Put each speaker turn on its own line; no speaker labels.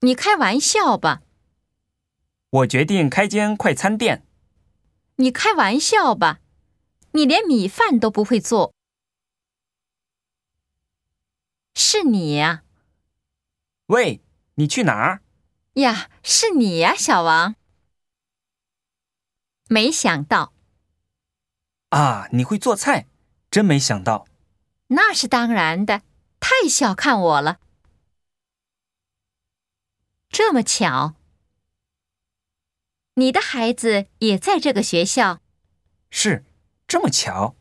你开玩笑吧，
我决定开间快餐店。
你开玩笑吧，你连米饭都不会做，是你呀、
喂，你去哪儿？
呀，是你呀、小王。没想到，
啊，你会做菜，真没想到。
那是当然的，太小看我了。这么巧，你的孩子也在这个学校。
是，这么巧。